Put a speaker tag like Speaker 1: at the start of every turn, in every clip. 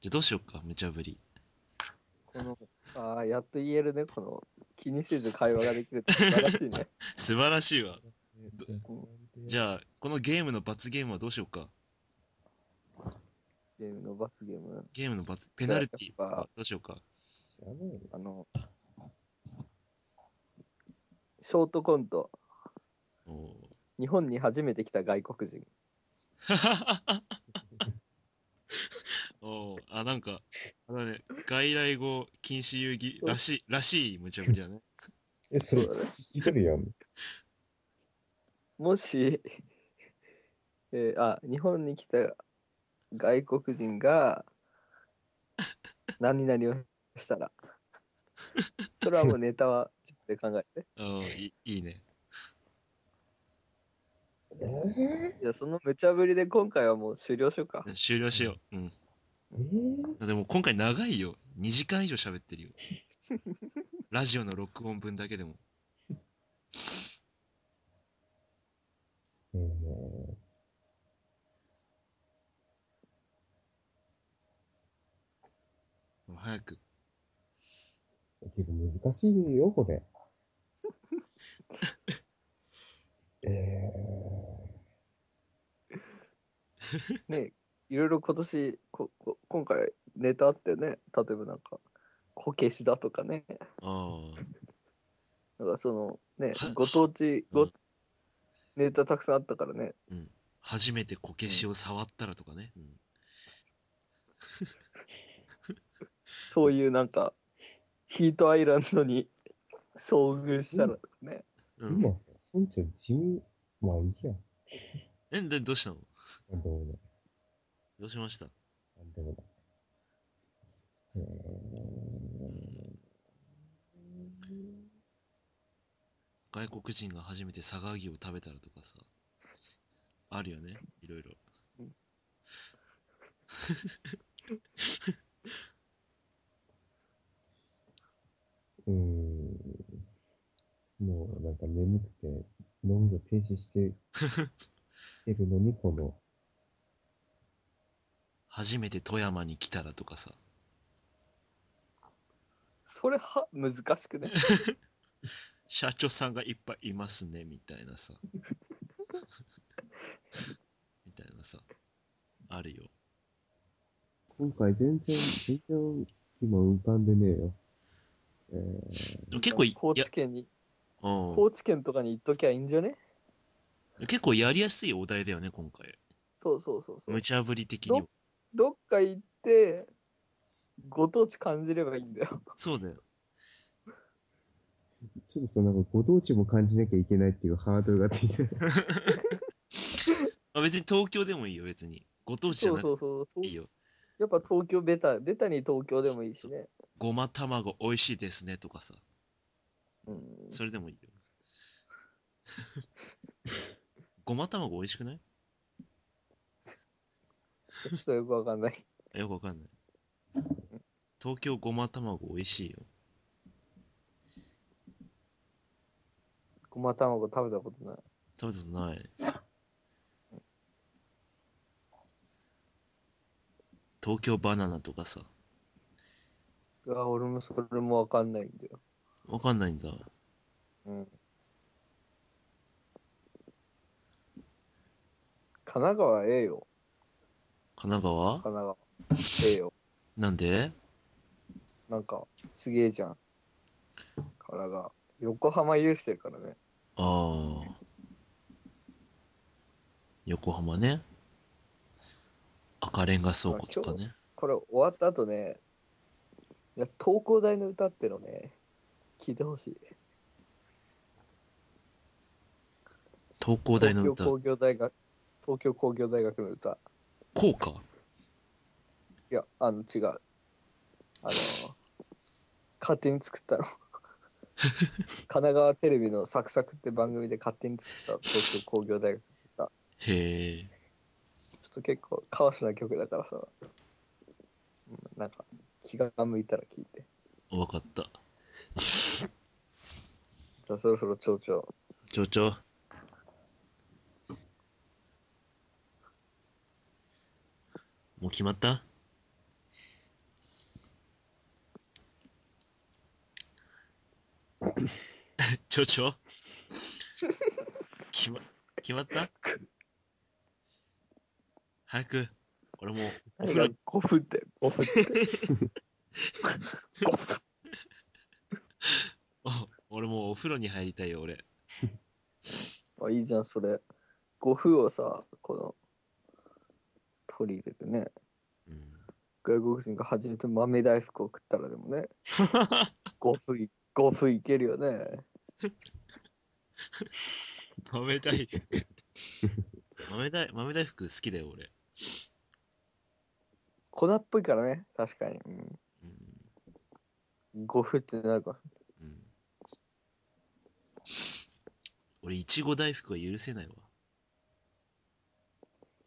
Speaker 1: じゃあどうしよっか、無茶ぶり。
Speaker 2: この、ああ、やっと言えるね、この、気にせず会話ができるって素晴らしいね。
Speaker 1: 素晴らしいわ。じ
Speaker 2: ゃ
Speaker 1: ゃあ、このゲームの罰ゲームはどうしようか。
Speaker 2: ゲームのバスゲーム。
Speaker 1: ゲームの罰、ペナルティ
Speaker 2: じゃあやっ
Speaker 1: は
Speaker 2: ぱ
Speaker 1: どうしようか。
Speaker 3: やべえよ。
Speaker 2: あの、ショートコント、
Speaker 1: おー
Speaker 2: 日本に初めて来た外国人。
Speaker 1: おーあ、なんか、あれだね、外来語禁止遊戯らしい、らしい無茶ぶりだね。
Speaker 3: え、それ、
Speaker 2: そうだね
Speaker 3: 一人やんの
Speaker 2: もし、 えーあ、日本に来た外国人 が、何々をしたら。それはもうネタは自分で考えて。
Speaker 1: おーいいいいね。
Speaker 3: えー、
Speaker 2: じゃあその無茶ぶりで今回はもう終了しようか。
Speaker 1: 終了しよう。うん。
Speaker 3: えー、
Speaker 1: でも今回長いよ。2時間以上喋ってるよ。ラジオの録音分だけでも。
Speaker 3: うん
Speaker 1: もう早く。
Speaker 3: 結構難しいよ、これ。え
Speaker 2: ねいろいろ今年ここ今回ネタあってね例えばなんかこけしだとかね
Speaker 1: ああ。
Speaker 2: なんかその ね
Speaker 1: は
Speaker 2: ご当地ご、
Speaker 1: うん
Speaker 2: ネタたくさんあったからね
Speaker 1: 初めてこけしを触ったらとかね。うん
Speaker 2: そういうなんかヒートアイランドに 遭遇したらとかね、
Speaker 3: ー、
Speaker 1: うん。
Speaker 3: 今さ、村長地味、まあいいや。
Speaker 1: え、で、どうしたの
Speaker 3: なんでもない。
Speaker 1: どうしました
Speaker 3: なんでもない。え
Speaker 1: 外国人が初めて佐賀牛を食べたらとかさ。あるよね。いろいろ。
Speaker 3: ー、うーん。もうなんか眠くて、脳みそ停止してるしてるのに、この、
Speaker 1: 初めて富山に来たらとかさ。
Speaker 2: それは難しくね
Speaker 1: 社長さんがいっぱいいますね、みたいな さ。みたいなさ。あるよ。
Speaker 3: 今回全然、全然今浮かんでねえよ。え
Speaker 1: でも結構い、
Speaker 2: 高
Speaker 1: いや
Speaker 2: 知県に
Speaker 1: うん
Speaker 2: 高知県とかに行っときゃいいんじゃね
Speaker 1: 結構やりやすいお題だよね、今回。
Speaker 2: そうそうそうそう
Speaker 1: 無茶ぶり的には。
Speaker 2: どっか行ってご当地感じればいいんだよ
Speaker 1: そうだよ。
Speaker 3: ー、ちょっとそのなんかご当地も感じなきゃいけないっていうハードルがつい てる。
Speaker 1: あ別に東京でもいいよ、別に。ご当地じゃ
Speaker 2: そ
Speaker 1: なく
Speaker 2: う
Speaker 1: て
Speaker 2: そうそうそう
Speaker 1: いいよ。
Speaker 2: やっぱ東京ベタ、ベタに東京でもいいしね。
Speaker 1: ごま卵美味しいですねとかさ。
Speaker 2: うん、
Speaker 1: それでもいいよ。ごま卵美味しくない
Speaker 2: ちょっとよくわかんない。
Speaker 1: よくわかんない。東京ごま卵美味しいよ。
Speaker 2: ごま卵食べたことない。
Speaker 1: 食べたことない。東京バナナとかさ。
Speaker 2: うわ、俺もそれもわかんないんだよ。
Speaker 1: わかんないんだ。
Speaker 2: うん。神奈川ええよ。
Speaker 1: 神奈川
Speaker 2: 神奈川。ええよ。
Speaker 1: なんで
Speaker 2: なんか、すげえじゃん。神奈川。横浜有してるからね。
Speaker 1: ああ。横浜ね。赤レンガ倉庫とかね。
Speaker 2: これ終わった後ね、いや東工大の歌ってのね、聞いてほしい。
Speaker 1: 東工大
Speaker 2: 東
Speaker 1: の
Speaker 2: 京
Speaker 1: 歌。
Speaker 2: 工業大学、東京工業大学の歌。
Speaker 1: こうか。
Speaker 2: いや、あの、違う。あの、勝手に作 ったの。神奈川テレビのサクサクって番組で勝手に作った東京工業大学。ち
Speaker 1: へえ。
Speaker 2: ょっと結構カワスな曲だからさ。うんなんか、気が向いたら聞いて。
Speaker 1: わかった。
Speaker 2: じゃあそろそろ蝶々。
Speaker 1: ちょちょ。 もう決まったちょちょ決ま決まった早く俺もうお風呂
Speaker 2: 何が5分って、5分って。
Speaker 1: お俺もうお風呂に入りたいよ俺
Speaker 2: あ、いいじゃん、それ。5分をさ、この、取り入れてね。
Speaker 1: うん
Speaker 2: 外国人が初めて豆大福を食ったらでも ね、5分い、5分いけるよね。
Speaker 1: 豆大福豆大豆大福好きだよ俺、
Speaker 2: 粉っぽいからね、確かに。
Speaker 1: うん
Speaker 2: うん、5分ってなるか
Speaker 1: うん、俺いちご大福は許せないわ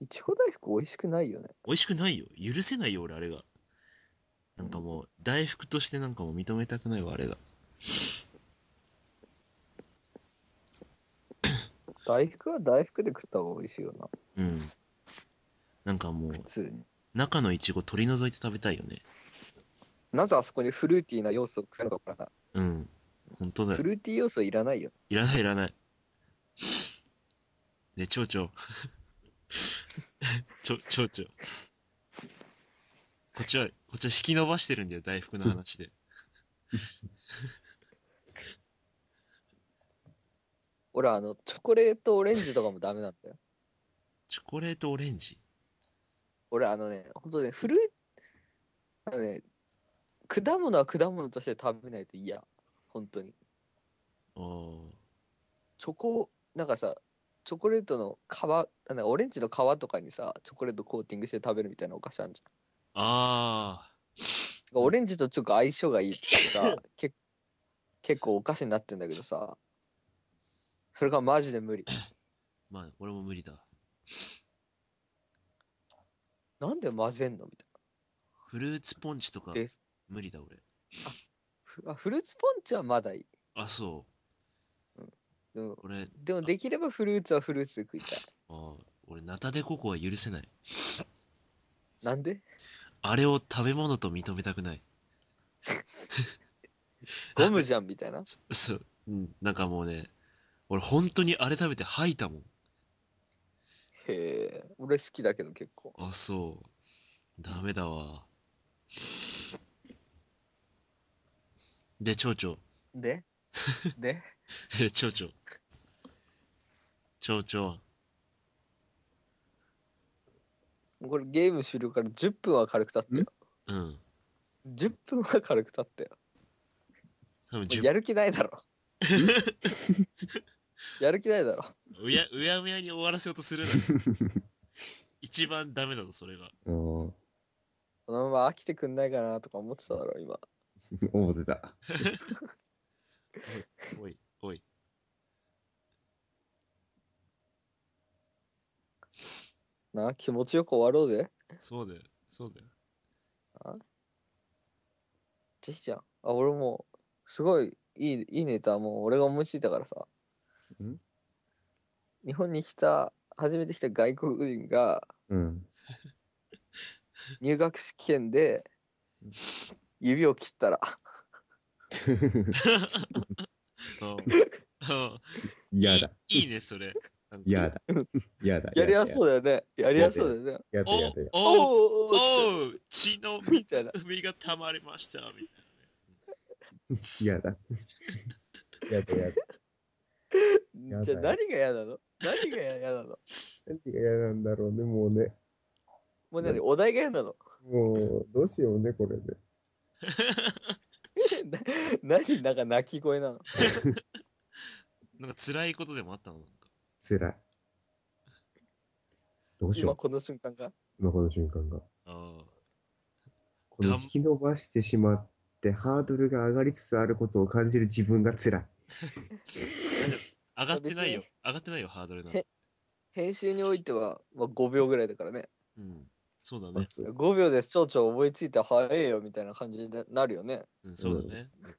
Speaker 2: いちご大福美味しくないよね。
Speaker 1: 美味しくないよ許せないよ俺あれがなんかもう大福としてなんかもう認めたくないわあれが
Speaker 2: 大福は大福で食った方が美味しいよな、
Speaker 1: うんなんかもう
Speaker 2: 普通に。
Speaker 1: 中のいちご取り除いて食べたいよね
Speaker 2: なぜあそこにフルーティーな要素を加えるのかわから
Speaker 1: うん本当だ
Speaker 2: ない。フ
Speaker 1: よ
Speaker 2: ルーティー要素いらないよ。
Speaker 1: いらないいらないね蝶々 ちょ蝶々こっちはこっちは引き伸ばしてるんだよ大福の話で
Speaker 2: 俺、あの、チョコレートオレンジとかもダメなんだよ。
Speaker 1: チョコレートオレンジ
Speaker 2: 俺、あのね、本当ね、フルー、あのね、果物は果物として食べないと嫌。本当に。
Speaker 1: あー
Speaker 2: チョコ、なんかさ、チョコレートの皮、なんかオレンジの皮とかにさ、チョコレートコーティングして食べるみたいなお菓子あるじゃん。
Speaker 1: あ
Speaker 2: だからオレンジとチョコ相性がいいってさ、け結構お菓子になってんだけどさ、それがマジで無理。
Speaker 1: ーまあ俺も無理だ
Speaker 2: なんで混ぜんのみた
Speaker 1: フルーツポンチとか
Speaker 2: いな。で
Speaker 1: 無理だ俺
Speaker 2: ふあフルーツポンチはまだいい。
Speaker 1: あそ
Speaker 2: うん
Speaker 1: う俺
Speaker 2: でもできればフルーツはフルーツで食いたい。
Speaker 1: あー俺ナタデココは許せない
Speaker 2: なんで
Speaker 1: あれを食べ物と認めたくない
Speaker 2: ゴムじゃんみたいな。
Speaker 1: そ そう、うん、なんかもうね俺本当にあれ食べて吐いたもん
Speaker 2: へえ、俺好きだけど結構。
Speaker 1: あそうダメだわで蝶 々
Speaker 2: で で
Speaker 1: え蝶々蝶々
Speaker 2: これゲーム終了から10分は軽く経ったよ。
Speaker 1: うん
Speaker 2: 10分は軽く経ったよ。
Speaker 1: 多分
Speaker 2: もう
Speaker 1: 10
Speaker 2: やる気ないだ ろ。やる気ないだろ。
Speaker 1: うやうやむやに終わらせようとするな一番ダメだぞそれが
Speaker 3: ああ、思
Speaker 2: このまま飽きてくんないかなとか思ってただろ、今。
Speaker 3: ってた。
Speaker 1: おいおい
Speaker 2: なあ、気持ちよく終わろうぜ。
Speaker 1: そうだよそうだよ
Speaker 2: ジェシちゃん。あ、俺もう、すごいいいいいネタ、もう俺が思いついたからさ。
Speaker 3: ん
Speaker 2: 日本に来た、初めて来た外国人が
Speaker 3: うん。
Speaker 2: 入学試験で指を切ったら、
Speaker 1: ああ
Speaker 3: 嫌だ。
Speaker 1: いいねそれなんか
Speaker 3: 嫌だ。嫌だ。
Speaker 2: やりやすそう
Speaker 3: う。
Speaker 2: だよね。やりやすそうだよね。
Speaker 3: 嫌だ
Speaker 1: お
Speaker 3: 嫌だ。
Speaker 1: おお
Speaker 2: おーお
Speaker 1: お
Speaker 2: ー
Speaker 1: う血の
Speaker 2: みたいな。
Speaker 1: 海がたまりましたみたい
Speaker 3: 嫌だ。 嫌だ嫌だ。やだよ
Speaker 2: じゃあ何が嫌なの何が嫌なの
Speaker 3: 何が嫌なんだろうね、もうね。
Speaker 2: もう何お題が嫌なの
Speaker 3: もう、どうしようね、これで。
Speaker 2: な何なんか泣き声なの
Speaker 1: ななんか辛いことでもあったのなんか
Speaker 3: 辛い。どうしよ
Speaker 2: 今
Speaker 3: う、
Speaker 2: この瞬間が
Speaker 3: 今この瞬間が。
Speaker 1: ああ
Speaker 3: この
Speaker 1: 頑
Speaker 3: 引き伸ばしてしまって、ハードルが上がりつつあることを感じる自分が辛い。
Speaker 1: 上がってないよ
Speaker 2: 別。
Speaker 1: 上がってないよ、ハードルなん
Speaker 2: へ
Speaker 1: て。
Speaker 2: 編集においては、まあ、5秒ぐらいだからね
Speaker 1: うん。そうだね。
Speaker 3: そう
Speaker 2: 5秒で町長思いついたら早えよみたいな感じになるよね
Speaker 1: うん、そうだね。
Speaker 3: なる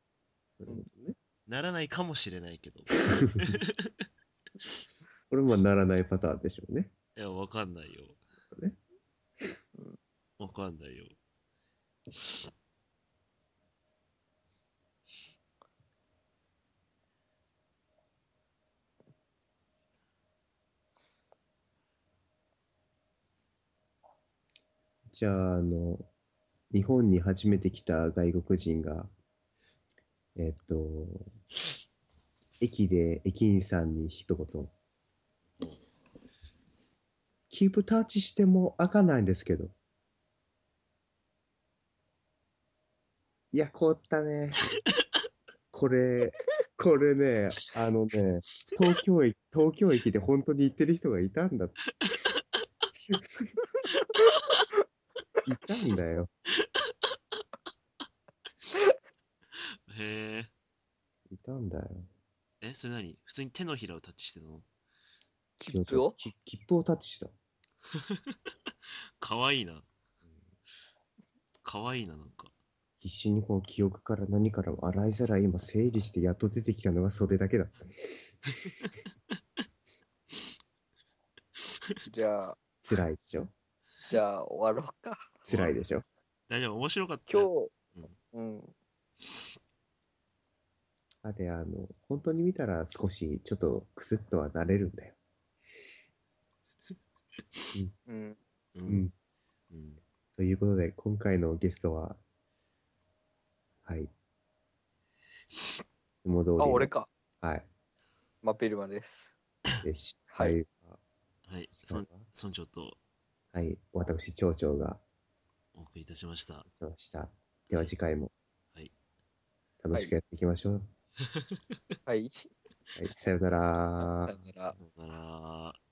Speaker 3: ほどね
Speaker 1: ならないかもしれないけど。
Speaker 3: これもならないパターンでしょうね。
Speaker 1: いや、わかんないよ
Speaker 3: ね。
Speaker 1: わかんないよ。
Speaker 3: じゃあ、あの、日本に初めて来た外国人が、えっと、駅で駅員さんに一言、キープタッチしても開かないんですけど。いや、凍ったね。これ、これね、あのね、東京駅、東京駅で本当に行ってる人がいたんだ。いたんだよ。
Speaker 1: へえ。
Speaker 3: いたんだよ。
Speaker 1: え、それ何普通に手のひらをタッチしてたの
Speaker 2: 切符を
Speaker 3: き切符をタッチした。
Speaker 1: かわいいな。かわいいな、なんか。
Speaker 3: 必死にこう記憶から何からも洗いざらい今整理してやっと出てきたのがそれだけだった。
Speaker 2: じゃあ、
Speaker 3: 辛いでしょ
Speaker 2: じゃあ終わろうか。
Speaker 3: 辛いでしょ
Speaker 1: 大丈夫、面白かった
Speaker 2: 今
Speaker 1: よ。
Speaker 2: 日、うん、
Speaker 3: あれ、あの、本当に見たら少しちょっとクスッとはなれるんだよ。
Speaker 2: うん、
Speaker 1: う。。
Speaker 3: うん
Speaker 1: うん。
Speaker 3: ということで、今回のゲストは、はい。いつも通り
Speaker 2: あ、
Speaker 3: の
Speaker 2: 俺か。
Speaker 3: はい。
Speaker 2: マペルマです。
Speaker 3: でし、
Speaker 2: はい
Speaker 3: はい。
Speaker 1: はい、
Speaker 3: 司
Speaker 1: そ
Speaker 3: 会
Speaker 1: ん村長と
Speaker 3: はい。私、町長が
Speaker 1: お送りいたしました。
Speaker 3: しました。では次回も、
Speaker 1: はい。
Speaker 3: 楽しくやっていきましょう。
Speaker 2: はい。
Speaker 3: はい、さよなら
Speaker 2: さ。よなら。
Speaker 1: だから。